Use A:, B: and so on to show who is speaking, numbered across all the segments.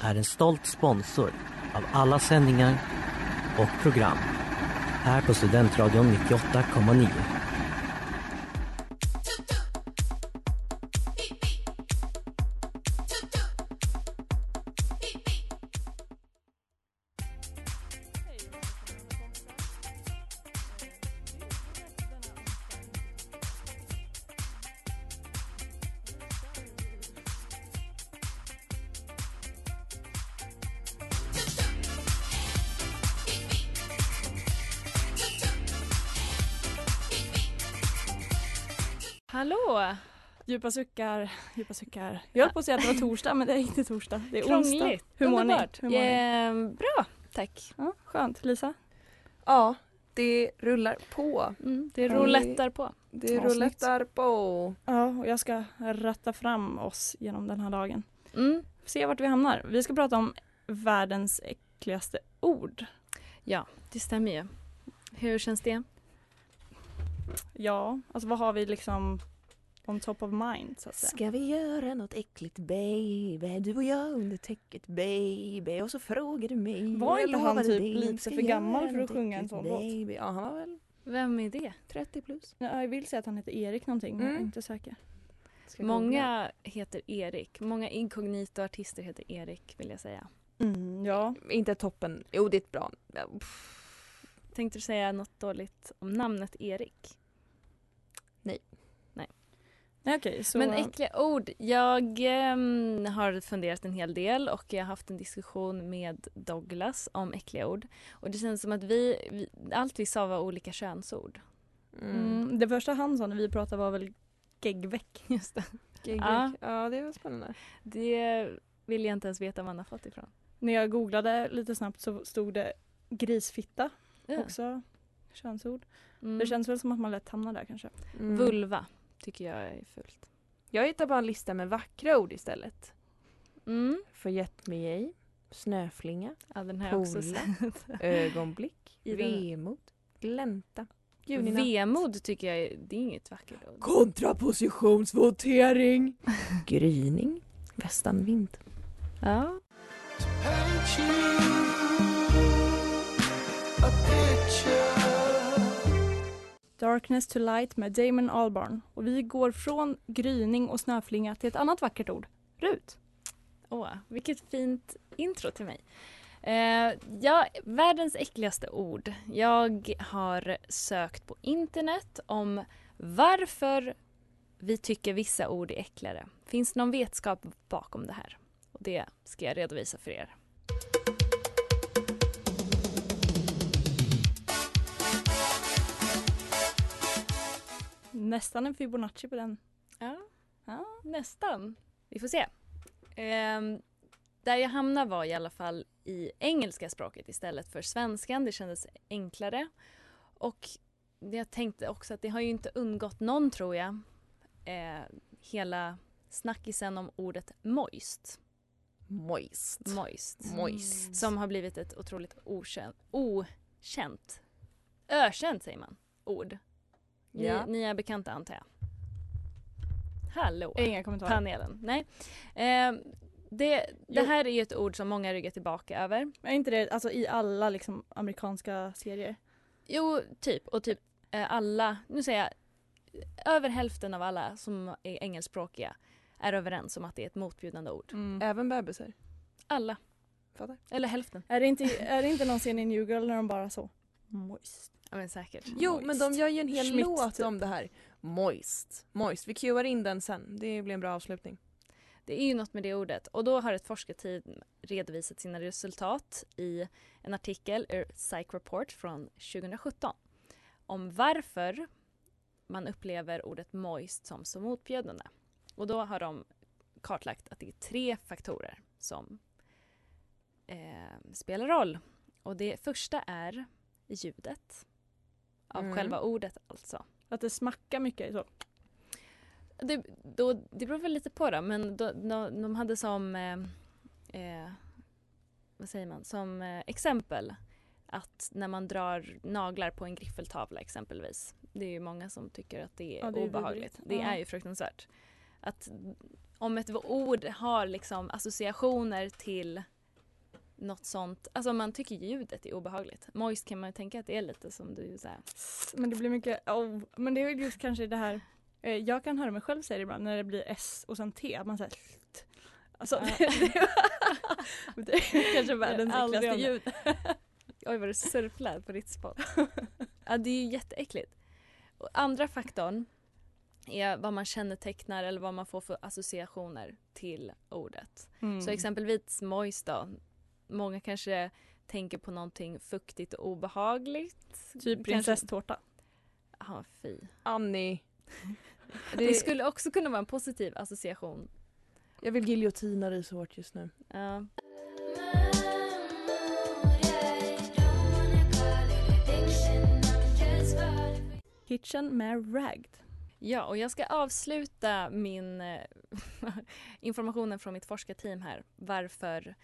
A: är en stolt sponsor av alla sändningar och program här på Studentradion 98,9.
B: Hallå!
C: Djupa suckar, djupa suckar. Jag höll på att säga att det var torsdag men det är inte torsdag. Det är onsdag.
B: Krångligt.
C: Hur mår ni?
B: Underbart.
C: Hur mår ni?
B: Ehm, bra, tack.
C: Ja, skönt. Lisa?
D: Ja, det rullar på.
B: Mm, det
D: Oj.
B: roulettar på.
D: Det
C: Ja,
D: rullar på.
C: Ja, och jag ska ratta fram oss genom den här dagen.
B: Mm.
C: Får Se vart vi hamnar. Vi ska prata om världens äckligaste ord.
B: Det stämmer ju. Hur känns det?
C: Ja, alltså vad har vi liksom on top of mind så att säga?
E: Ska vi göra något äckligt baby? Du och jag under täcket baby och så frågar du mig
C: Var
E: och jag
C: inte han
E: lovade
C: typ
E: dig,
C: lite
E: ska
C: för
E: göra
C: gammal för att
E: något
C: sjunga en
E: äckligt
C: sån låt?
E: baby? Ja, han var väl
B: Vem är det?
E: 30 plus.
C: Jag vill säga att han heter Erik någonting men jag är
D: Mm.
C: inte säker.
E: Ska googla.
B: Många heter Erik. Många inkognito artister heter Erik vill jag säga.
C: Mm, ja.
D: Inte toppen. Jo, det är ett bra.
B: Tänkte du säga något dåligt om namnet Erik?
C: Nej, okej, så...
B: Men äckliga ord. Jag ehm, har funderat en hel del och jag har haft en diskussion med Douglas om äckliga ord. Och det känns som att vi, vi allt vi sa var olika könsord.
C: Mm, det första han sa när vi pratade var väl geggveck.
B: Just det.
D: Ja. ja, det var spännande.
B: Det vill jag inte ens veta var man har fått ifrån.
C: När jag googlade lite snabbt så stod det grisfitta, också könsord.
B: Mm.
C: Det känns väl som att man lätt hamnar där kanske.
D: Mm.
B: Vulva tycker jag är fult.
D: Jag hittar bara en lista med vackra ord istället.
B: Mm.
D: Förgett mig ej, snöflinga,
B: Ja, den här har jag också
D: Pola, ögonblick,
B: I den-
D: vemod, glänta,
B: sett.
D: juninatt.
B: Vemod tycker jag är, det är inget vackert ord.
D: Kontrapositionsvotering! Gryning, västanvind.
B: Ja.
F: paint you a picture.
C: Darkness to light med Damon Albarn. Och vi går från gryning och snöflinga till ett annat vackert ord. Rut.
B: Åh, vilket fint intro till mig. Eh, ja, världens äckligaste ord. Jag har sökt på internet om varför vi tycker vissa ord är äckligare. Finns det någon vetskap bakom det här? Och det ska jag redovisa för er.
C: Nästan en Fibonacci på den.
B: Ja.
C: Ja.
B: Nästan. Vi får se. Ehm, där jag hamnade var i alla fall i engelska språket istället för svenskan. Det kändes enklare. Och jag tänkte också att det har ju inte undgått någon, tror jag, eh, hela snackisen om ordet moist.
D: Moist.
B: Moist.
D: Moist.
B: Som har blivit ett otroligt okänt, okänt, ökänt säger man, ord. Ni,
D: Ja.
B: ni är bekanta antar jag. Hallå
C: Inga kommentarer.
B: panelen. Nej. Eh, det, det här är ju ett ord som många ryggar tillbaka över.
C: Är inte det alltså i alla liksom amerikanska serier?
B: Jo, typ. Och typ eh, alla, nu säger jag, över hälften av alla som är engelskspråkiga är överens om att det är ett motbjudande ord.
C: Mm.
D: Även bebisar.
B: Alla.
D: Fattar.
B: Eller hälften.
C: Är det inte, är det inte någon scen i New Girl när de bara så moist?
B: Ja men säkert.
D: Jo, men de gör ju en hel
B: Schmidt,
D: låt
B: typ.
D: om det här. Moist. Moist. Vi cuear in den sen. Det blir en bra avslutning.
B: Det är ju något med det ordet. Och då har ett forskarteam redovisat sina resultat i en artikel ur Psych Report från 2017 om varför man upplever ordet moist som så motbjudande. Och då har de kartlagt att det är tre faktorer som eh, spelar roll. Och det första är ljudet av
D: Mm.
B: själva ordet alltså.
C: Att det smackar mycket. Så.
B: Det, då, det beror väl lite på då, men då, då, de hade som, eh, eh, vad säger man, som eh, exempel att när man drar naglar på en griffeltavla exempelvis. Det är ju många som tycker att det är
C: Ja, det är
B: obehagligt.
C: vidrigt.
B: Det
C: Ja.
B: är ju fruktansvärt. Att om ett ord har liksom associationer till något sånt, alltså man tycker ljudet är obehagligt. Moist kan man ju tänka att det är lite som du säger.
C: Men det blir mycket, oh, men det är väl just kanske det här, eh, jag kan höra mig själv säga det ibland när det blir S och sen T, att man säger Alltså det, det, det är kanske världens
B: aldrig
C: äckligaste
B: om det.
C: ljud.
B: Oj vad du surflar på ditt spot. Ja det är ju jätteäckligt. Och andra faktorn är vad man kännetecknar eller vad man får för associationer till ordet.
C: Mm.
B: Så exempelvis moist då. Många kanske tänker på någonting fuktigt och obehagligt.
C: typ prinsesstårta.
B: Kanske... Ja, fy.
D: Annie.
B: Det... skulle också kunna vara en positiv association.
D: Jag vill giljotina dig så hårt just nu.
B: Ja.
C: Kitchen med ragged.
B: Ja, och jag ska avsluta min eh, informationen från mitt forskarteam här varför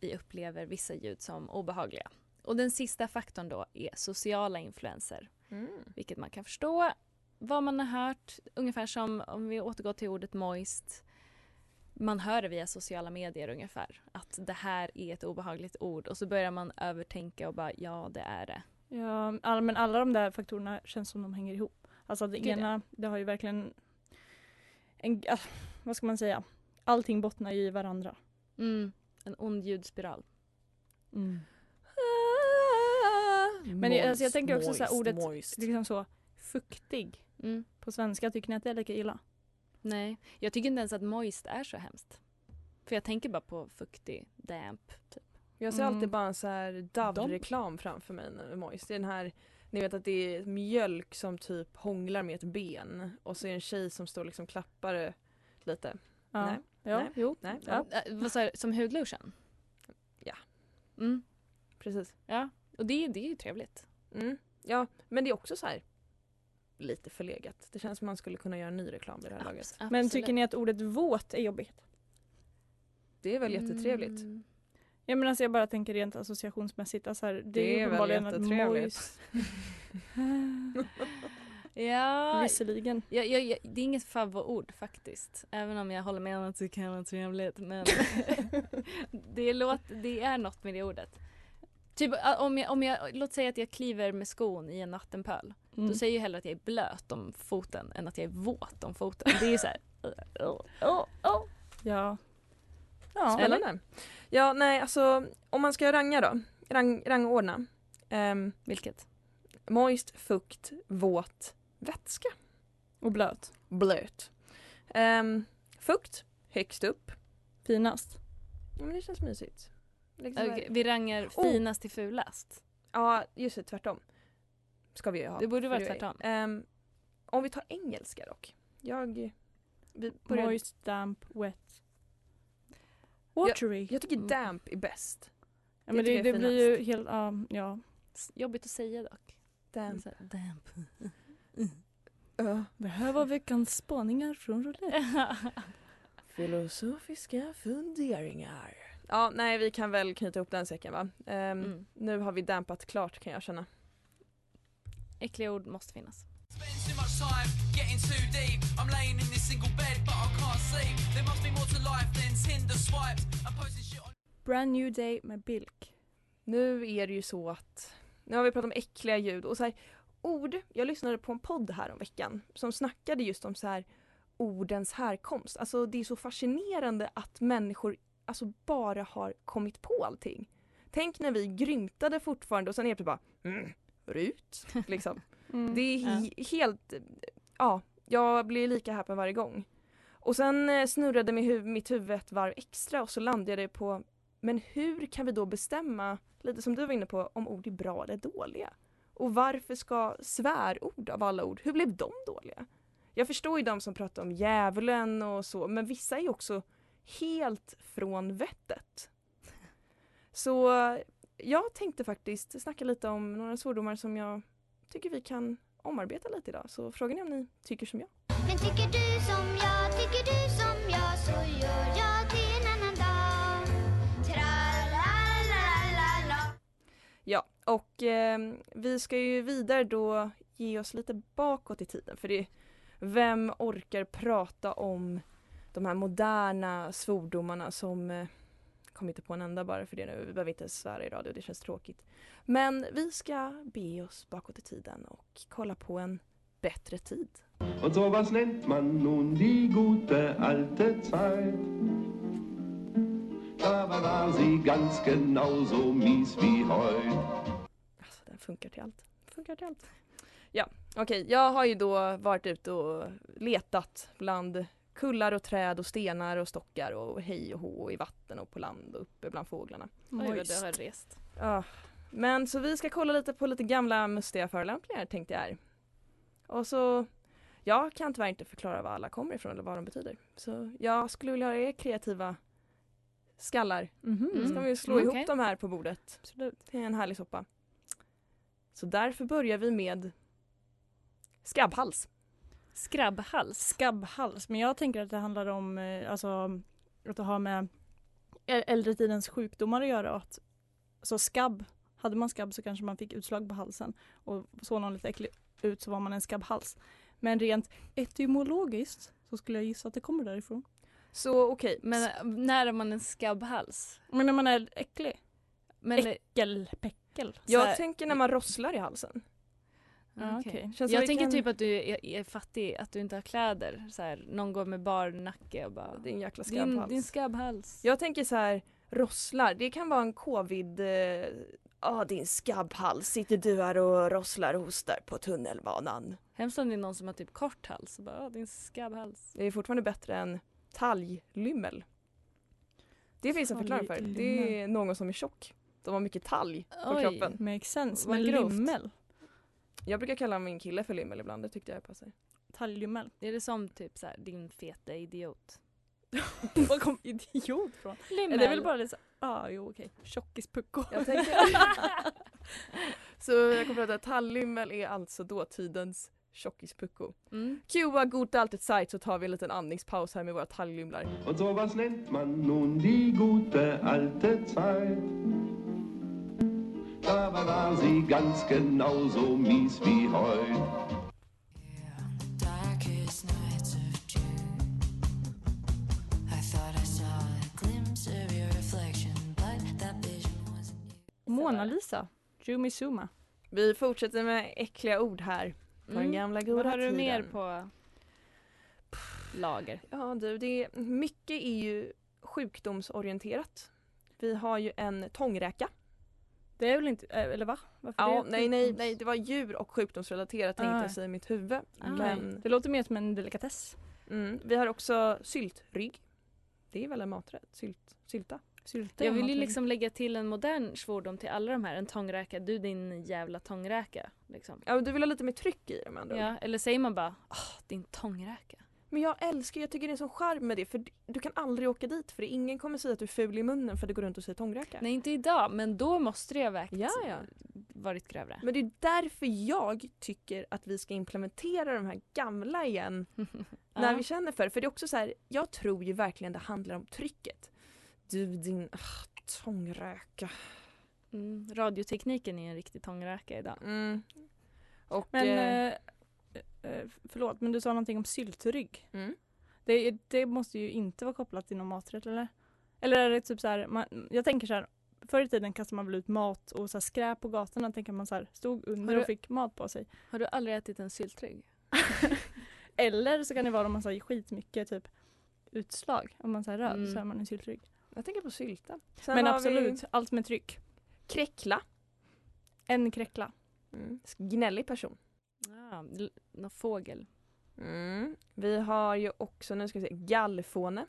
B: vi upplever vissa ljud som obehagliga. Och den sista faktorn då är sociala influenser,
D: Mm.
B: vilket man kan förstå vad man har hört, ungefär som om vi återgår till ordet moist. Man hör det via sociala medier ungefär, att det här är ett obehagligt ord och så börjar man övertänka och bara ja, det är det.
C: Ja, all, men alla de där faktorerna känns som de hänger ihop. Alltså det
B: Gud, ja.
C: ena, det har ju verkligen en, ah, vad ska man säga, allting bottnar ju i varandra.
B: Mm, en ond ljudspiral.
C: Mm.
D: Ah.
C: Men jag- alltså, jag tänker också så här, ordet-
D: Moist.
C: Liksom så fuktig.
B: Mm.
C: På svenska, tycker ni att det är lika illa?
B: Nej, jag tycker inte ens att moist är så hemskt. För jag tänker bara på fuktig, damp.
D: Jag ser
C: Mm.
D: alltid bara en så här Dove-reklam framför mig när det är Moist. Det är den här, ni vet att det är mjölk som typ hånglar med ett ben och så är det en tjej som står och liksom klappar det lite.
C: Ja.
D: Nej.
C: Ja.
D: Nej.
C: Jo.
D: Nej,
C: Ja.
B: Äh, vad sa jag, som hudlotion?
D: Ja.
B: Mm,
D: precis.
B: ja, och det, det är ju trevligt.
D: Mm. Ja, men det är också så här lite förlegat. Det känns som man skulle kunna göra en ny reklam vid det här laget.
B: Abs-
C: Men
B: absolut.
C: tycker ni att ordet våt är jobbigt?
D: Det är väl jättetrevligt.
B: Mm.
C: Ja men alltså jag bara tänker rent associationsmässigt. Alltså, här, det,
D: Det
C: är
D: är
C: ju
D: väl
C: uppenbarligen att
D: jättetrevligt.
C: mojs,
B: Ja,
C: visserligen.
B: jag, jag, jag, det är inget favoritord faktiskt. Även om jag håller med om att det kan vara trevligt. Men det, låter, det är något med det ordet. Typ äh, om jag, om jag, låt säga att jag kliver med skon i en vattenpöl.
C: Mm.
B: Då säger jag hellre att jag är blöt om foten än att jag är våt om foten. Det är ju såhär...
C: Ja.
D: Ja,
B: Eller?
D: spännande. Ja, nej alltså om man ska ranga då, rang, rangordna. Ehm,
B: Vilket?
D: moist, fukt, våt, vätska.
C: Och blöt.
D: blöt. Ehm, fukt, högst upp.
C: Finast.
D: Ja, men det känns mysigt. Liksom så här-
B: Okej, vi rangar
D: Oh.
B: finast till fulast.
D: Ja, just det, tvärtom. Ska vi ju ha.
B: Det borde vara
D: För är-
B: tvärtom.
D: Ehm, om vi tar engelska dock. Jag, vi börjar,
C: Moist, damp, wet. Watery.
D: jag tycker
B: Mm.
D: damp är bäst.
C: ja, men det,
D: tycker
C: det
D: jag är
C: blir ju helt, ja, ja.
B: S- Jobbigt att säga dock.
D: Damp.
B: Så här, Damp. Mm.
D: Ö.
C: Det här var veckans spaningar från
B: Eh.
C: roulette.
D: Filosofiska funderingar. Ja, nej vi kan väl knyta ihop den säcken va? Ehm,
B: Mm.
D: Nu har vi dampat klart kan jag känna.
B: Äckliga ord måste finnas.
F: Spend too much time getting too deep. I'm laying in this single bed, but I can't sleep. There must be more to life than Tinder swipes. I'm posting shit on.
C: Brand new day med Bilk.
D: Nu är det ju så att, nu har vi pratat om äckliga ljud och så här, ord. Jag lyssnade på en podd här om veckan som snackade just om så här ordens härkomst. Alltså det är så fascinerande att människor alltså bara har kommit på allting. Tänk när vi grymtade fortfarande och sen helt plötsligt bara mm, Rut. Liksom.
C: Mm.
D: Det är he- helt, ja, jag blir lika häpen varje gång. Och sen eh, snurrade mitt huvud, mitt huvud ett varv extra och så landade jag på, men hur kan vi då bestämma, lite som du var inne på, om ord är bra eller dåliga? Och varför ska svärord av alla ord, hur blev de dåliga? Jag förstår ju de som pratar om djävulen och så, men vissa är ju också helt från vettet. Så jag tänkte faktiskt snacka lite om några svordomar som jag tycker vi kan omarbeta lite idag. Så frågan är om ni tycker som jag.
G: Men tycker du som jag, tycker du som jag så gör jag till en annan dag. Tra-la-la-la-la.
D: Ja, och eh, vi ska ju vidare då ge oss lite bakåt i tiden för det vem orkar prata om de här moderna svordomarna som eh, kom inte på en enda bara för det nu, vi behöver inte svära i radio, det känns tråkigt. Men vi ska be oss bakåt i tiden och kolla på en bättre tid.
H: Und sowas nennt man nun die gute alte Zeit. Da war sie ganz genauso mies wie heut.
D: Alltså den funkar till allt. Funkar till allt. Ja, okej. Jag har ju då varit ute och letat bland kullar och träd och stenar och stockar och hej och hå och i vatten och på land och uppe bland fåglarna.
B: Oj, vad du
C: Moist.
B: har rest.
D: Ja. Ah. Men så vi ska kolla lite på lite gamla mustiga förolämpningar tänkte jag här. Och så, jag kan tyvärr inte förklara var alla kommer ifrån eller vad de betyder. Så jag skulle vilja ha er kreativa skallar.
C: Mhm.
D: Ska vi slå
B: Mm,
D: ihop
B: okej.
D: de här på bordet.
C: Absolut.
D: Det är en härlig soppa. Så därför börjar vi med skabbhals.
B: Skrabbhals.
C: Skabbhals, men jag tänker att det handlar om eh, alltså, att det har med ä- äldre tidens sjukdomar att göra. och Att, så skabb, hade man skabb så kanske man fick utslag på halsen och såg någon lite äcklig ut så var man en skabbhals. Men rent etymologiskt så skulle jag gissa att det kommer därifrån.
D: Så okej,
B: Men
D: men
B: eh, när är man en skabbhals?
C: Men när man är äcklig,
B: Men, eh,
C: äckelpäckel.
D: jag
B: så här-
D: tänker när man rosslar i halsen.
C: Ja,
B: okej.
C: okej.
D: Känns som
B: jag
D: vi
B: tänker
D: kan-
B: typ att du är, är fattig, att du inte har kläder. Så här, någon går med bar nacke och bara...
D: Det är en jäkla
B: Din,
D: skabbhals.
B: din skabbhals.
D: Jag tänker så här, rosslar, det kan vara en covid... eh, Ja din skabbhals, sitter du här och rosslar och hostar på tunnelbanan.
B: Hemskt om det är någon som har typ kort hals och bara "Åh, din skabbhals.
D: Det är fortfarande bättre än talglymmel. Det finns en förklaring för. Det är
C: Talglymmel.
D: någon som är tjock. De har mycket talg på
B: Oj.
D: kroppen.
C: Makes sense.
B: Vad
C: Men
B: grovt.
C: lymmel,
D: Jag brukar kalla min kille för Lymmel ibland, det tyckte jag passade.
C: talglymmel.
B: Är det som typ så här, din feta idiot?
C: Var kom idiot från?
B: Limmel.
C: Det är väl bara lite så, ja ah, jo okej, tjockispucko.
D: Jag tänker... så jag kommer att tallymmel är alltså dåtidens tjockispucko.
B: Mm.
D: Kua, god alltid sajt så tar vi en liten andningspaus här med våra talglymlar.
H: Und sowas nennt man nun die gute alte Zeit. Da war sie ganz genauso mies wie heut.
I: Darkest nights of June. I thought I saw a glimpse of your reflection, but that vision wasn't you.
C: Mona Lisa, Jumi Suma.
D: Vi fortsätter med äckliga ord här. På den
B: Mm.
D: gamla goda
B: Vad har du
D: tiden.
B: mer på lager?
D: Ja du, det är, mycket är ju sjukdomsorienterat. Vi har ju en tångräka.
C: Det är väl inte, eh, eller va? Varför
D: Ja,
C: det? Mm.
D: nej nej nej, det var djur och sjukdomsrelaterat tänkte
C: Ah.
D: jag säga i mitt huvud.
B: Ah.
D: Men
C: Det låter mer som en delikatess.
D: Mm. Vi har också syltrygg. Det är väl en maträtt? Sylt, sylta?
C: Sylta
B: Jag
C: är
B: vill ju
C: matlagning.
B: liksom lägga till en modern svordom till alla de här. En tångräka, du din jävla tångräka. Liksom.
D: Ja, du vill ha lite mer tryck i det med andra ord.
B: Ja, eller säger man bara "Ah, din tångräka?
D: Men jag älskar, jag tycker det är en sån charm med det för du kan aldrig åka dit för ingen kommer säga att du är ful i munnen för att du går runt och säger tångräka.
B: Nej inte idag men då måste det ha vägt,
D: Ja, ja.
B: varit grövre.
D: Men det är därför jag tycker att vi ska implementera de här gamla igen när
B: Ja.
D: vi känner för det. För det är också så här, jag tror ju verkligen det handlar om trycket. Du din ah, tångräka.
B: Mm, radiotekniken är en riktig tångräka idag.
D: Mm. Och,
C: Men
D: eh,
C: eh, eh, förlåt, men du sa någonting om syltrygg.
D: Mm.
C: Det, är- det måste ju inte vara kopplat till någon maträtt eller? Eller är det typ så här, man, jag tänker så här, förr i tiden kastade man väl ut mat och så här skräp på gatorna, tänker man så här, stod
B: Har
C: under
B: du-
C: och fick mat på sig.
B: Har du aldrig ätit en syltrygg?
C: Eller så kan det vara om man så här, ger skitmycket typ utslag, om man så här röd
B: Mm.
C: så är man en syltrygg.
D: jag tänker på sylta. Sen
C: Men
D: har vi
C: absolut, allt med tryck.
D: Kräckla.
C: En kräckla.
D: Mm. Gnällig person.
B: Ja, l- någon fågel.
D: Mm. Vi har ju också, nu ska vi se, gallfåne.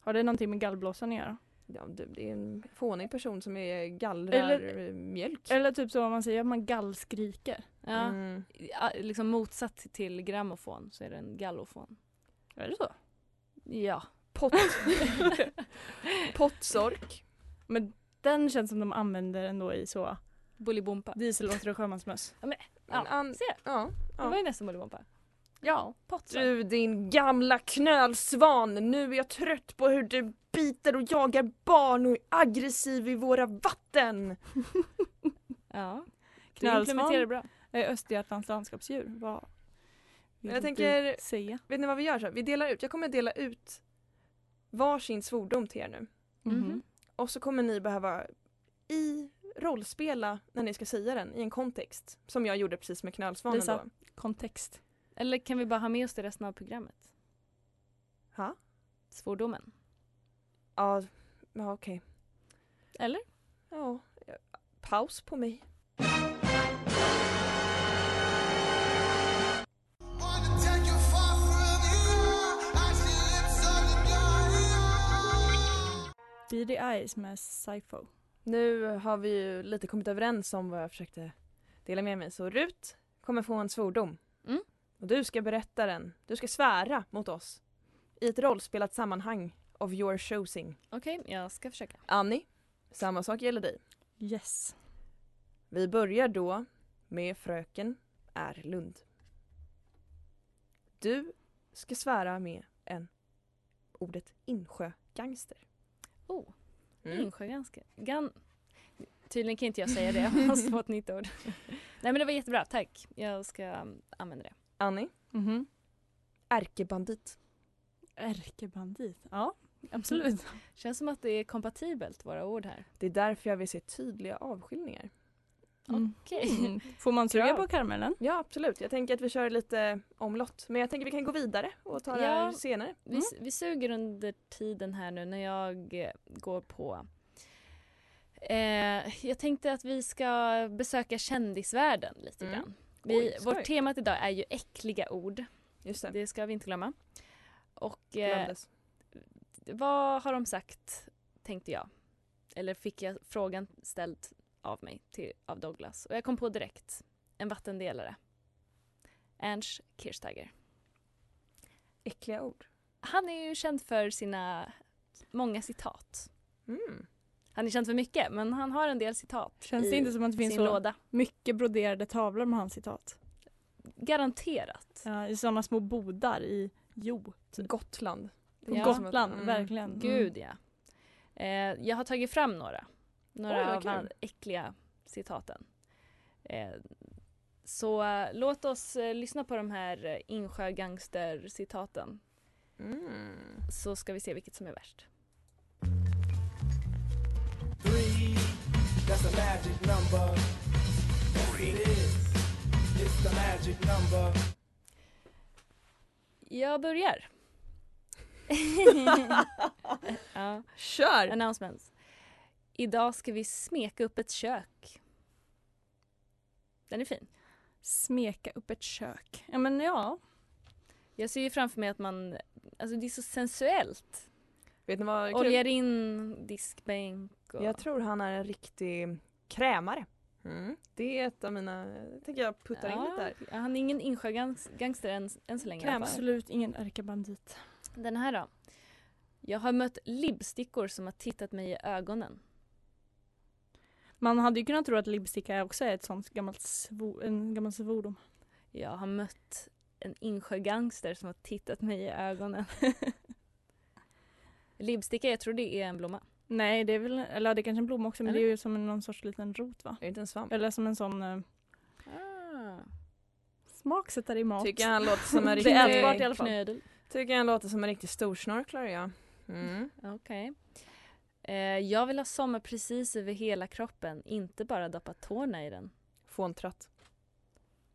C: Har det någonting med gallblåsan att göra?
D: Ja, det det är en fånig person som är gallrar
C: Eller-
D: eh, mjölk.
C: Eller typ så om man säger att man gallskriker.
B: Ja.
D: Mm.
B: Ja, Liksom motsatt till grammofon så är det en gallofon.
C: Är det så?
B: Ja.
D: Pott. Pottsork.
C: Men den känns som de använder ändå i så
B: Bolibompa.
C: dieselåtror och sjömansmöss.
B: Ja,
D: En an-
B: ser.
D: ja.
B: Det var ju nästan Bolibompa.
C: Ja.
B: Pottsar.
D: Du din gamla knölsvan, nu är jag trött på hur du biter och jagar barn och är aggressiv i våra vatten.
B: Ja. Du
C: Knölsvan.
B: implementerar bra.
C: Eh, Östergötlands landskapsdjur. Vad vill
D: Jag
C: du
D: tänker-
C: säga?
D: Vet ni vad vi gör så här? Vi delar ut, jag kommer dela ut varsin svordom till er nu.
C: Mhm.
D: Och så kommer ni behöva i rollspela när ni ska säga den i en kontext. Som jag gjorde precis med knölsvanen
C: Lisa.
D: då.
C: Kontext.
B: Eller kan vi bara ha med oss det resten av programmet?
D: Ha?
B: Svordomen.
D: Ja, ja okej.
B: Eller?
D: Ja, paus på mig.
C: Beady Eyes med Sifo.
D: Nu har vi ju lite kommit överens om vad jag försökte dela med mig. Så Rut kommer få en svordom.
B: Mm.
D: Och du ska berätta den. Du ska svära mot oss. I ett rollspelat sammanhang of your choosing.
B: Okej, jag ska försöka.
D: Annie, samma sak gäller dig.
C: Yes.
D: Vi börjar då med fröken Erlund. Du ska svära med en ordet insjögangster.
B: Oh,
D: Mm.
B: insjögranska. Gan... Tydligen kan inte jag säga det, jag måste få ett nytt ord. Nej men det var jättebra, tack. Jag ska mm, använda det.
D: Annie,
C: Mhm.
D: ärkebandit.
C: Ärkebandit. Ja, absolut.
B: Känns som att det är kompatibelt, våra ord här.
D: Det är därför jag vill se tydliga avskiljningar.
C: Mm.
B: Okej.
C: Mm. Får man suga
B: Bra.
C: på karamellen?
D: Ja absolut, jag tänker att vi kör lite omlott. Men jag tänker att vi kan gå vidare och ta det här
B: Ja.
D: senare.
B: Vi, s- vi suger under tiden här nu när jag eh, går på... Eh, jag tänkte att vi ska besöka kändisvärlden lite
D: Mm.
B: grann. Vi,
D: Oj, skoj.
B: vårt temat idag är ju äckliga ord.
D: Just det,
B: Det ska vi inte glömma. Och eh,
D: glömdes.
B: vad har de sagt, tänkte jag. Eller fick jag frågan ställd av mig till, av Douglas. Och jag kom på direkt. En vattendelare. Ernst Kirchsteiger.
D: Äckliga ord.
B: Han är ju känd för sina många citat.
D: Mm.
B: Han är känd för mycket, men han har en del citat
C: Känns
B: i
C: det inte som att det finns
B: sin
C: så
B: låda.
C: mycket broderade tavlor med hans citat?
B: Garanterat.
C: Ja, I sådana små bodar i Jo.
D: Typ. Gotland.
C: På
B: Ja.
C: Gotland,
D: Mm.
C: verkligen. Mm.
B: Gud, ja. Eh, jag har tagit fram några.
D: Oj,
B: Några
D: vad
B: av
D: kul.
B: de äckliga citaten. Eh, så eh, låt oss eh, lyssna på de här eh, insjögangster-citaten
D: Mm.
B: så ska vi se vilket som är värst. Jag börjar. ja.
D: Kör!
B: Announcements. Idag ska vi smeka upp ett kök. Den är fin.
C: Smeka upp ett kök. Ja men ja.
B: Jag ser ju framför mig att man, alltså det är så sensuellt.
D: Vet ni vad kul?
B: Oljar in diskbänk och...
D: Jag tror han är en riktig krämare. Mm. Det är ett av mina, jag tänker jag puttar in
B: ja,
D: lite där.
B: ja, Han är ingen insjögangster än, än så länge i alla fall.
C: Absolut ingen ärkebandit.
B: Den här då. Jag har mött libbstickor som har tittat mig i ögonen.
C: Man hade ju kunnat tro att lipsticka också är ett sånt gammalt svo- en gammal svordom.
B: Jag har mött en insjögangster som har tittat mig i ögonen. Libbsticka, jag tror det är en blomma.
C: Nej det är väl, eller ja, det är kanske en blomma också men
B: Eller?
C: det är ju som en, någon sorts liten rot va?
D: Är det inte en svamp?
C: Eller som en sån eh,
B: Ah.
C: smaksättare i mat.
D: Tycker han låter som en
C: Det
D: riktig,
C: är ätbart i alla fall.
B: Knödel.
D: tycker han låter som en riktig storsnorklare ja. Mm.
B: Okej. Eh, jag vill ha sommar precis över hela kroppen, inte bara doppa tårna i den.
D: Fåntratt.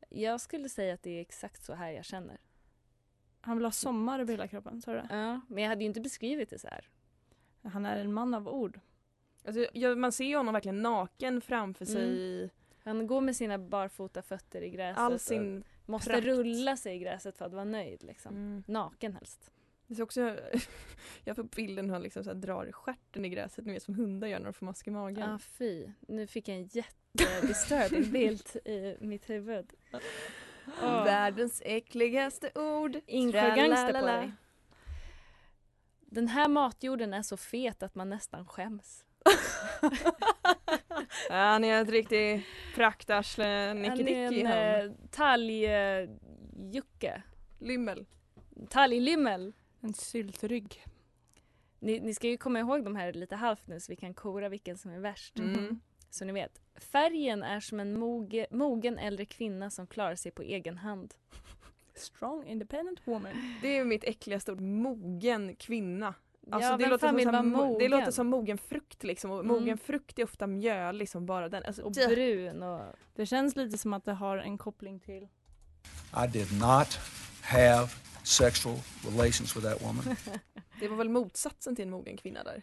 B: Jag skulle säga att det är exakt så här jag känner.
C: Han vill ha sommar över hela kroppen, sa du det?
B: Ja, men jag hade ju inte beskrivit det så här.
C: Han är en man av ord.
D: Alltså, jag, man ser ju honom verkligen naken framför sig
B: Mm.
D: i
B: Han går med sina barfota fötter i gräset
D: All
B: och
D: sin...
B: måste
D: prakt. Mm.
B: rulla sig i gräset för att vara nöjd. Liksom. Naken helst.
D: Det är också, jag får bilden hur han liksom så här drar stjärten i gräset, ni vet som hundar gör när de får mask i magen.
B: Ja, ah, fy. Nu fick jag en jättedisturbing bild i mitt huvud.
C: Ah.
B: Åh.
D: Världens äckligaste ord.
B: Insjö gangster på
D: Tralalala.
B: dig. Den här matjorden är så fet att man nästan skäms.
D: Han är ett riktigt praktarsle,
B: Han är
D: nickedicky
B: en
D: han.
B: eh, talgjucke.
D: Lymmel.
B: Talglimmel.
C: En syltrygg.
B: Ni, ni ska ju komma ihåg de här lite halvt nu så vi kan kora vilken som är värst.
D: Mm.
B: Så ni vet. Färgen är som en moge, mogen äldre kvinna som klarar sig på egen hand.
C: Strong independent woman.
D: Det är mitt äckligaste ord, mogen kvinna. Alltså,
B: ja,
D: det,
B: vem
D: låter
B: fan
D: som
B: vill
D: så här
B: vara
D: mo-
B: mogen?
D: det låter som mogen frukt liksom och
B: Mm. Typ.
D: mogen frukt är ofta mjölig som bara den. Alltså,
B: Och
D: det-
B: brun och...
C: Det känns lite som att det har en koppling till
J: I did not have sexual relations with that woman.
D: Det var väl motsatsen till en mogen kvinna där.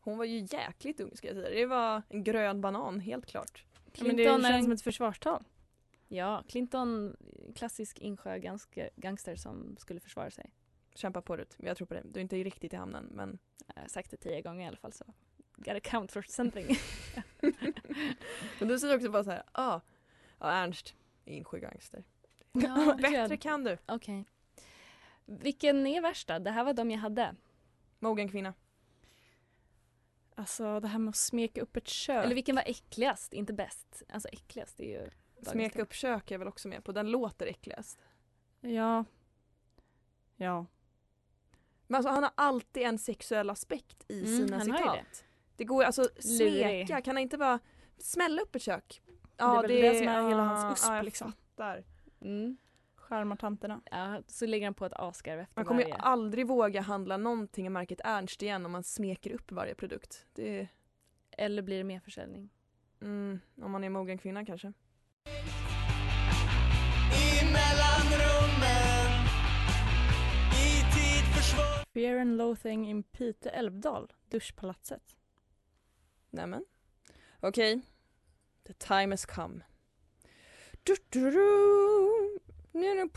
D: Hon var ju jäkligt ung ska jag säga. Det var en grön banan helt klart.
C: Ja, men
B: Clinton
C: det
B: är
C: känns
B: en
C: som ett försvarstal.
B: Ja, Clinton, klassisk insjögangster gangster som skulle försvara sig.
D: Kämpa på det. Jag tror på det. Du är inte riktigt i hamnen men
B: Jag har sagt det tio gånger i alla fall så gotta count for something.
D: Men du säger också bara så här, ah, ja Ernst, insjögangster.
B: ja,
D: Bättre kan du.
B: Okej. Vilken är värst då? Det här var de jag hade.
D: Mogen kvinna.
C: Alltså det här med att smeka upp ett kök.
B: Eller vilken var äckligast? Inte bäst. Alltså äckligast är ju... dagens
D: Smeka
B: tema.
D: upp kök är väl också med på. Den låter äckligast.
C: Ja. Ja.
D: Men alltså han har alltid en sexuell aspekt i
B: Mm,
D: sina
B: han har ju
D: citat. Det. går ju alltså
B: Lurig.
D: smeka, kan han inte bara smälla upp ett kök?
C: det är väl det, som är hela hans USP
D: ja, jag
C: liksom.
D: fattar.
B: Mm.
C: Skärmar tanterna.
B: Ja, så lägger han på ett asgarv efter
D: Man kommer ju
B: varje.
D: aldrig våga handla någonting i märket Ernst igen om man smeker upp varje produkt. Det är,
B: Eller blir det mer försäljning?
D: mm, om man är mogen kvinna kanske.
F: I mellanrummen I tid försvår
C: Fear and loathing in Pite Älvdal, Duschpalatset.
D: Nämen. Okej. The time has come. Du-du-du. Nu, nu,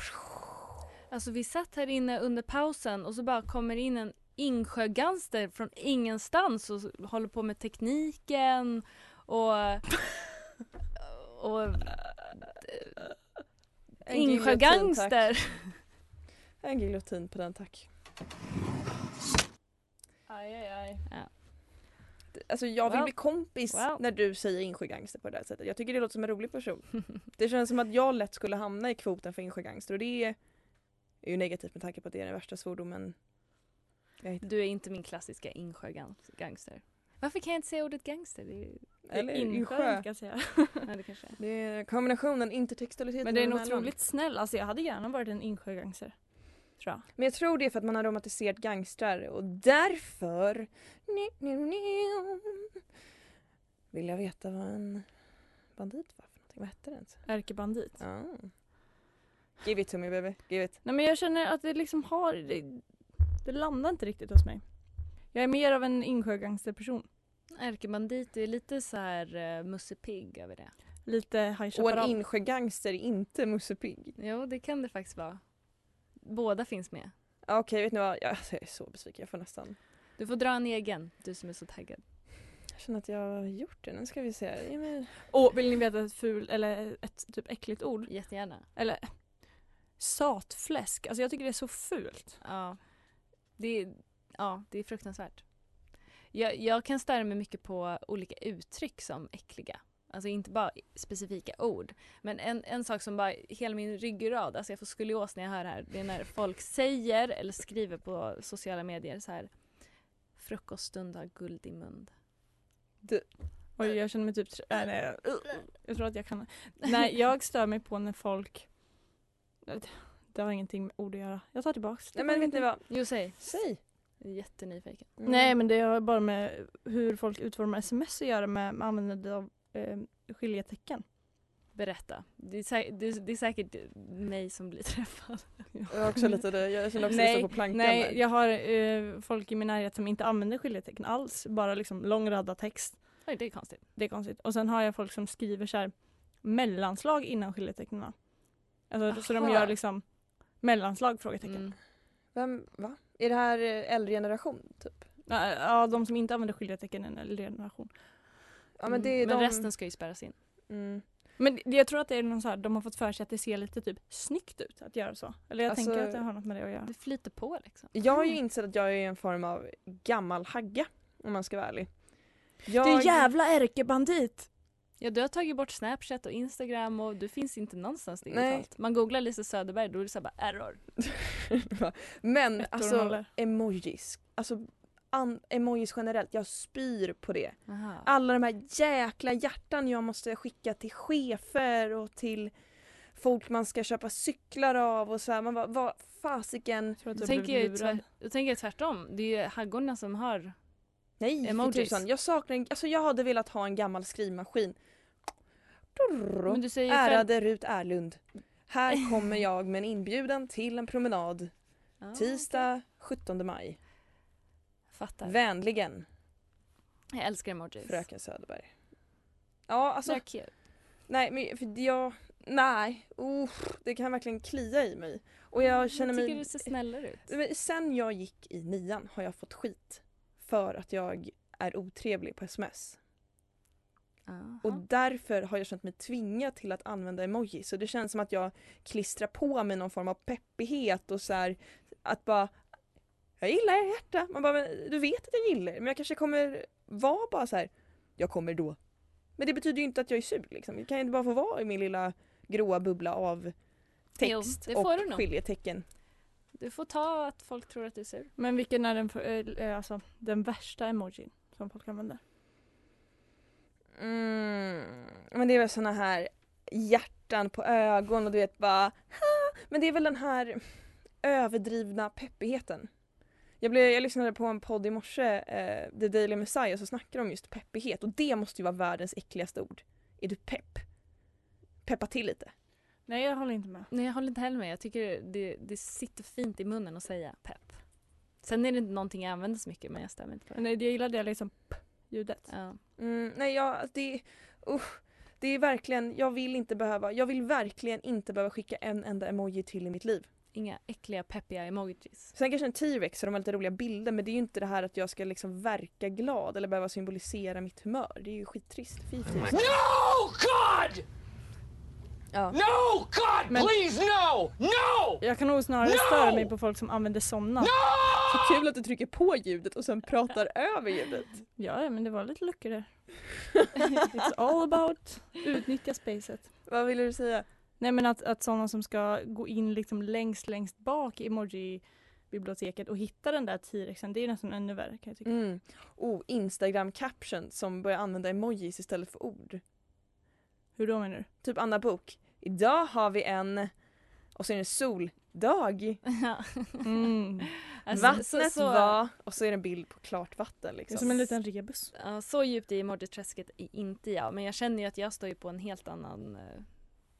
B: Alltså vi satt här inne under pausen och så bara kommer in en insjögangster från ingenstans och håller på med tekniken och... och
D: En giljotin, tack.
B: insjögangster.
D: En giljotin på den tack.
C: Aj, aj, aj.
D: Det- Alltså jag vill
B: Well.
D: bli kompis
B: Well.
D: när du säger insjögangster på det här sättet. Jag tycker det låter som en rolig person. Det känns som att jag lätt skulle hamna i kvoten för insjögangster och det är, är ju negativt med tanke på att det är den värsta svordomen jag hittat.
B: Du är inte min klassiska insjögangster. Varför kan jag inte säga ordet gangster? Det, är-
D: Eller
C: Insjö.
D: insjö.
C: Ska jag säga.
B: ja, det kanske är.
D: Det är kombinationen intertextualitet
C: Men det är en
D: mellan.
C: otroligt snäll. Alltså jag hade gärna varit en insjögangster. Tror jag.
D: Men jag tror det är för att man har romantiserat gangstrar och därför ni, ni, ni, vill jag veta vad en bandit var för någonting. Vad hette den?
C: Ärkebandit.
D: Ah. Give it to me baby, give it.
C: Nej men jag känner att det liksom har... Det, det landar inte riktigt hos mig. Jag är mer av en insjögangsterperson.
B: Ärkebandit det är lite så här uh, Musse Pigg över det.
C: Lite High
D: Och
C: Chaparral.
D: en insjögangster är inte Musse Pigg.
B: Jo, det kan det faktiskt vara. Båda finns med.
D: Ah, Okej, vet ni vad? Jag, alltså, jag är så besviken. Jag får nästan...
B: Du får dra en egen, du som är så taggad.
D: Jag känner att jag har gjort det. Nu ska vi se. Ja, men-
C: Och vill ni veta ett ful eller ett typ äckligt ord?
B: Jättegärna.
C: Eller satfläsk. Alltså jag tycker det är så fult.
B: Ja, det är, ja, det är fruktansvärt. Jag, jag kan störa mig mycket på olika uttryck som äckliga. Alltså inte bara specifika ord. Men en, en sak som bara, hela min ryggrad, alltså jag får skolios när jag hör det här. Det är när folk säger eller skriver på sociala medier så här. Frukoststund har guld i mun.
C: Och jag känner mig typ... tr- Äh, nej, uh, uh. jag tror att jag kan... Nej, jag stör mig på när folk... Det har ingenting med ord att göra. Jag tar tillbaks. det.
D: Nej, men vet ni vad?
B: Jo, säg.
D: Säg!
B: Jättenyfiken.
D: Mm.
C: Nej men det har bara med hur folk utformar sms att göra med, med användande av eh, skiljetecken.
B: Berätta. Det är, sä- det, är, det är säkert mig som blir träffad.
D: Jag, har också lite, det. jag känner också att jag
C: Nej,
D: står på plankan där.
C: Nej, jag har eh, folk i min närhet som inte använder skiljetecken alls. Bara liksom lång radda text.
B: Oj, det är konstigt.
C: Det är konstigt. Och sen har jag folk som skriver så här mellanslag innan skiljetecknen. Alltså, så de
D: Aha.
C: gör liksom mellanslag? frågetecken.
B: Mm.
D: Vem, va? Är det här eh, äldre generation typ?
C: Ja, ja, de som inte använder skiljetecken är en äldre generation.
D: Ja, Mm, men det är de...
B: Mm. resten ska ju spärras in.
D: Mm.
C: Men det- jag tror att det är någon så här, de har fått för sig att det ser lite typ snyggt ut att göra så. Eller jag
D: Alltså-
C: tänker att det har något med det att göra.
B: Det flyter på liksom.
D: Jag har ju insett att jag är en form av gammal hagga om man ska vara ärlig. Jag...
C: Du jävla ärkebandit!
B: Ja, du har tagit bort Snapchat och Instagram och du finns inte någonstans
D: Nej.
B: digitalt. Man googlar Lisa Söderberg då är det såhär bara error.
D: Men
C: och
D: alltså
C: nollor.
D: emojis. Alltså an- emojis generellt, jag spyr på det. Alla de här jäkla hjärtan jag måste skicka till chefer och till folk man ska köpa cyklar av och så här. Man bara, vad fasiken.
C: Jag tror att
B: Då
C: jag
B: tänker
C: blev
B: jag, ju
C: lurad.
B: tvär, då tänker jag tvärtom. Det är ju haggorna som har...
D: Nej för
B: Emojis.
D: tusan. Jag saknar en, alltså jag hade velat ha en gammal skrivmaskin.
B: Men du säger ju själv-
D: Ärade Rut Erlund. Här kommer jag med en inbjudan till en promenad
B: Ja,
D: tisdag 17 maj.
B: Fattar.
D: Vänligen
B: Jag älskar emojis.
D: fröken Söderberg. Ja alltså,
B: They're cute.
D: nej men för jag, nej, uff, det kan verkligen klia i mig. Och jag känner
B: Jag tycker
D: mig
B: du ser snällare ut.
D: Men Sen jag gick i nian har jag fått skit för att jag är otrevlig på sms.
B: Aha.
D: Och därför har jag känt mig tvingad till att använda emoji. Så det känns som att jag klistrar på mig någon form av peppighet och så här, att bara jag gillar er hjärta. Man bara, men du vet att jag gillar er men jag kanske kommer vara bara så här. jag kommer då. Men det betyder ju inte att jag är sur liksom. Jag kan ju inte bara få vara i min lilla gråa bubbla av
B: Jo,
D: text
B: det får du
D: och
B: nog.
D: skiljetecken.
B: Du får ta att folk tror att du är sur.
C: Men vilken är den, för, eh, alltså, den värsta emojin som folk använder?
D: Mm. Men det är väl såna här hjärtan på ögon och du vet bara "Ha!" Men det är väl den här överdrivna peppigheten. Jag, blev, jag lyssnade på en podd i morse, eh, The Daily Messiah, så snackar de om just peppighet och det måste ju vara världens äckligaste ord. Är du pepp? Peppa till lite.
C: Nej jag håller inte med.
B: Nej, jag håller inte heller med. Jag tycker det, det sitter fint i munnen att säga pepp. Sen är det inte någonting jag använder så mycket men jag stämmer inte på det.
C: Nej, jag gillar det liksom p-ljudet.
B: Ja.
D: Mm, nej, jag, det, usch. det är verkligen, jag vill inte behöva, jag vill verkligen inte behöva skicka en enda emoji till i mitt liv.
B: Inga äckliga peppiga emojis.
D: Sen kanske en T-rex och de har lite roliga bilder men det är ju inte det här att jag ska liksom verka glad eller behöva symbolisera mitt humör. Det är ju skittrist. Fy fy.
F: No, God!
D: Ja.
F: No, God,
C: Men-
F: please, no! No!
C: Jag kan nog snarare
F: No!
C: störa mig på folk som använder sådana.
D: Så kul att du trycker på ljudet och sen pratar över ljudet.
C: Ja men det var lite luckor där. It's all about utnyttja spacet.
D: Vad ville du säga?
C: Nej men att, att sådana som ska gå in liksom längst längst bak i emoji-biblioteket och hitta den där T-rexen det är ju nästan ännu värre kan jag tycka.
D: Mm. Oh, Instagram caption som börjar använda emojis istället för ord.
C: Hur då menar du?
D: Typ Anna Bok. Idag har vi en... Och så är det en soldag.
B: Ja.
C: Mm.
B: Alltså,
D: Vattnet
B: så, så,
D: var... Och så är det en bild på klart vatten
C: Det är
D: liksom.
C: som en liten rebus.
B: ja, så djupt i emojiträsket är inte jag men jag känner ju att jag står ju på en helt annan eh,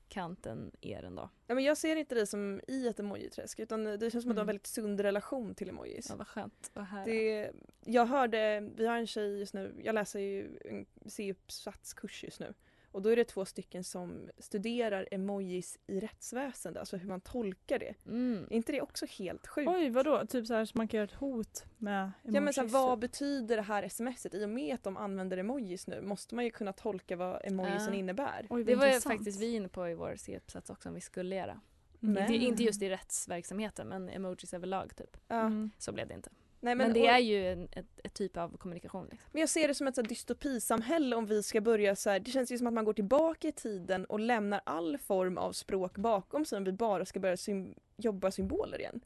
B: kant än er ändå.
D: Ja, men jag ser inte dig som i ett emojiträsk utan det känns som att du har en
B: Mm.
D: väldigt sund relation till emojis.
B: Ja, vad skönt att höra.
D: Det, jag hörde, vi har en tjej just nu, jag läser ju en C-uppsatskurs just nu. Och då är det två stycken som studerar emojis i rättsväsendet, alltså hur man tolkar det.
B: Mm.
D: Är inte det också helt sjukt?
C: Oj vadå? Typ så här så man kan göra ett hot med emojis.
D: ja men så här, vad betyder det här smset? I och med att de använder emojis nu måste man ju kunna tolka vad emojisen
B: Ja.
D: innebär.
C: Oj, vad
B: Det var ju
C: intressant.
B: faktiskt vi inne på i vår C-uppsats också om vi skulle göra.
D: Nej.
B: Inte, inte just i rättsverksamheten men emojis överlag typ.
D: Ja.
C: Mm.
B: Så blev det inte.
D: Nej,
B: Men,
D: men,
B: det
D: och-
B: är ju en ett, ett typ av kommunikation. Liksom.
D: Men jag ser det som ett så här dystopisamhälle om vi ska börja så här. Det känns ju som att man går tillbaka i tiden och lämnar all form av språk bakom sig om vi bara ska börja sym- jobba symboler igen.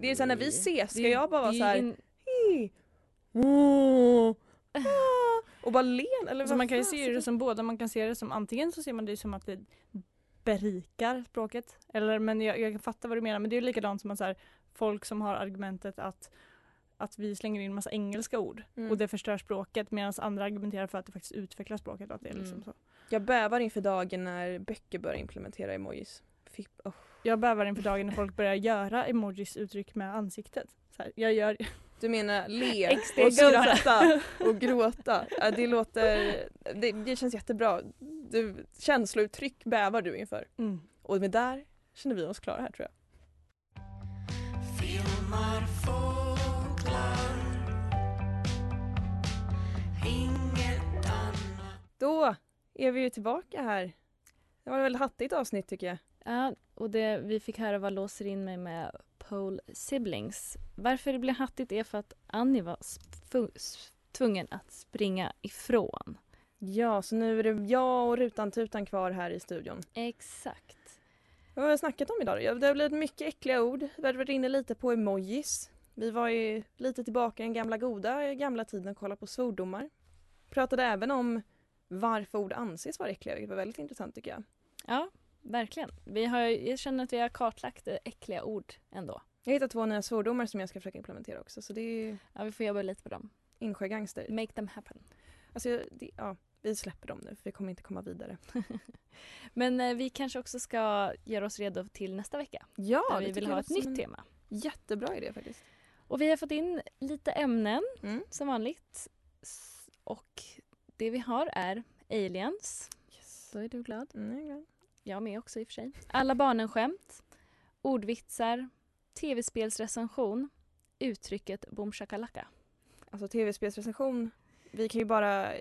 D: Det är så här, när vi ses ska
B: Mm. Det är-
D: jag bara vara
B: det är
D: så här,
B: ju in-
D: "Hej, åh, ah", och bara le eller
C: Så
D: vad
C: Alltså, man kan ju
D: fan
C: se
D: ska-
C: det som båda, man kan se det som antingen så ser man det som att det berikar språket, eller men jag, jag kan fatta vad du menar men det är ju likadant som att så här, folk som har argumentet att, att vi slänger in massa engelska ord
D: Mm.
C: och det förstör språket medan andra argumenterar för att det faktiskt utvecklar språket och att det är liksom
B: Mm.
C: så.
D: Jag bävar inför dagen när böcker börjar implementera emojis. Fy, oh.
C: Jag bävar inför dagen när folk börjar göra emojis uttryck med ansiktet. Så här, jag gör
D: Du menar le
B: Extra
D: och
B: gulligt.
D: skratta och gråta. Ja, Det låter, det, det känns jättebra. Du, känslouttryck bävar du inför.
C: Mm.
D: Och med där känner vi oss klara här tror jag.
I: Filmar fåglar Inget annat
D: Då är vi ju tillbaka här. Det var ett väldigt hattigt avsnitt tycker jag.
B: Ja, och det vi fick höra var låser in mig med Pole Siblings. Varför det blev hattigt är för att Annie var sp- fu- s- tvungen att springa ifrån.
D: Ja, så nu är det jag och Rutan-Tutan kvar här i studion.
B: Exakt.
D: Vad har vi snackat om idag då? Ja, Det har blivit mycket äckliga ord. Vi har varit inne lite på emojis. Vi var ju lite tillbaka i den gamla goda gamla tiden och kollade på svordomar. Pratade även om varför ord anses vara äckliga, vilket var väldigt intressant tycker jag.
B: Ja, verkligen. Vi har, jag känner att vi har kartlagt eh, äckliga ord ändå.
D: Jag hittade två nya svordomar som jag ska försöka implementera också, så det är
B: Ja, vi får jobba lite på dem.
D: insjögangster.
B: Make them happen.
D: Alltså, jag- det, ja, vi släpper dem nu för vi kommer inte komma vidare.
B: Men eh, vi kanske också ska göra oss redo till nästa vecka.
D: Ja, det
B: där vi vill
D: tycker jag
B: ha
D: låter
B: ett
D: som
B: nytt
D: en
B: tema.
D: Jättebra idé faktiskt.
B: Och vi har fått in lite ämnen
D: Mm.
B: som vanligt. S- Och det vi har är aliens. Då är du glad.
D: Mm, jag är glad.
B: Jag med också i och för sig. Alla barnen-skämt, ordvitsar, tv-spelsrecension, uttrycket boom shakalaka.
D: Alltså tv-spelsrecension, vi kan ju bara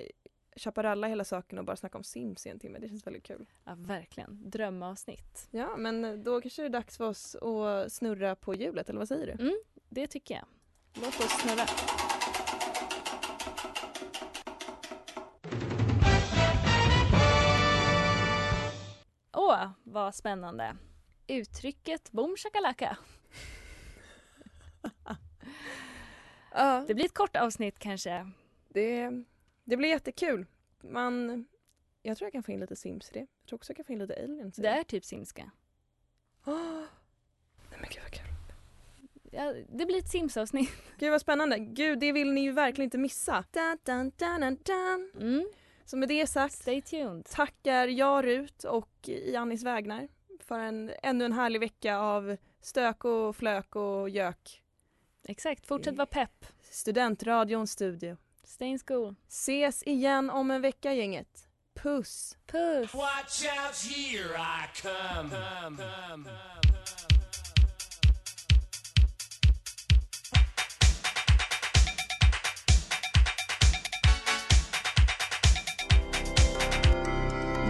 D: chaparalla hela saken och bara snacka om Sims i en timme, det känns väldigt kul.
B: Ja, verkligen. Drömavsnitt.
D: Ja, men då kanske det är dags för oss att snurra på hjulet, eller vad säger du?
B: Mm, det tycker jag.
D: Låt oss snurra.
B: Åh, vad spännande. Uttrycket boom shakalaka.
D: Ja,
B: Det blir ett kort avsnitt kanske.
D: det, det blir jättekul. Man, jag tror jag kan få in lite Sims i det. Jag tror också jag kan få in lite aliens i
B: Det är typ simska.
D: Åh! Nej men gud vad kul.
B: Ja, det blir ett simsavsnitt.
D: Gud vad spännande. Gud, det vill ni ju verkligen inte missa. Dun, dun, dun, dun, dun.
B: Mm.
D: Så med det sagt
B: Stay tuned.
D: tackar jag Rut och i Annis vägnar för en, ännu en härlig vecka av stök och flök och gök.
B: Exakt, fortsätt vara pepp.
D: Studentradions studio.
B: Stay in school.
D: Ses igen om en vecka gänget. Puss!
B: Puss!
F: Watch out, here I come.